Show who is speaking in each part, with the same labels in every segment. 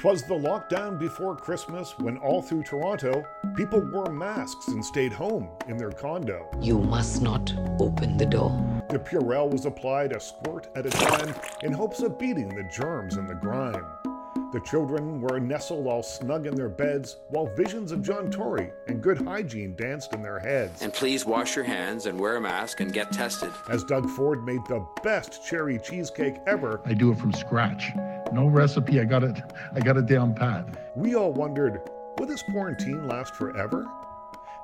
Speaker 1: Twas the lockdown before Christmas when all through Toronto, people wore masks and stayed home in their condo.
Speaker 2: You must not open the door.
Speaker 1: The Purell was applied a squirt at a time in hopes of beating the germs and the grime. The children were nestled all snug in their beds while visions of John Tory and good hygiene danced in their heads.
Speaker 3: And please wash your hands and wear a mask and get tested.
Speaker 1: As Doug Ford made the best cherry cheesecake ever,
Speaker 4: I do it from scratch. No recipe. I got it. I got it down pat.
Speaker 1: we all wondered would this quarantine last forever?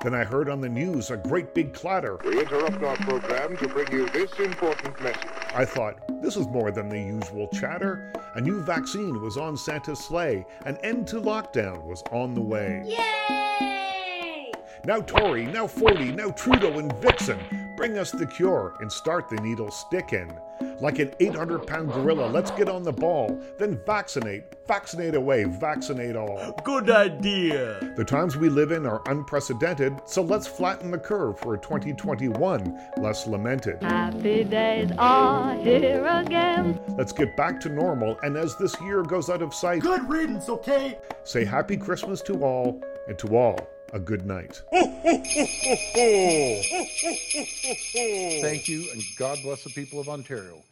Speaker 1: Then I heard on the news a great big clatter.
Speaker 5: We interrupt our program to bring you this important message.
Speaker 1: I thought, this is more than the usual chatter. A new vaccine was on Santa's sleigh, an end to lockdown was on the way.
Speaker 6: Yay!
Speaker 1: Now Tory, now 40, now Trudeau and Vixen. Bring us the cure and start the needle sticking. Like an 800 pound gorilla, let's get on the ball. Then vaccinate, vaccinate away, vaccinate all.
Speaker 7: Good idea.
Speaker 1: The times we live in are unprecedented, so let's flatten the curve for a 2021 less lamented.
Speaker 8: Happy days are here again.
Speaker 1: Let's get back to normal, and as this year goes out of sight,
Speaker 7: Good riddance, okay?
Speaker 1: say Happy Christmas to all, and to all, a good night.
Speaker 4: Thank you, and God bless the people of Ontario.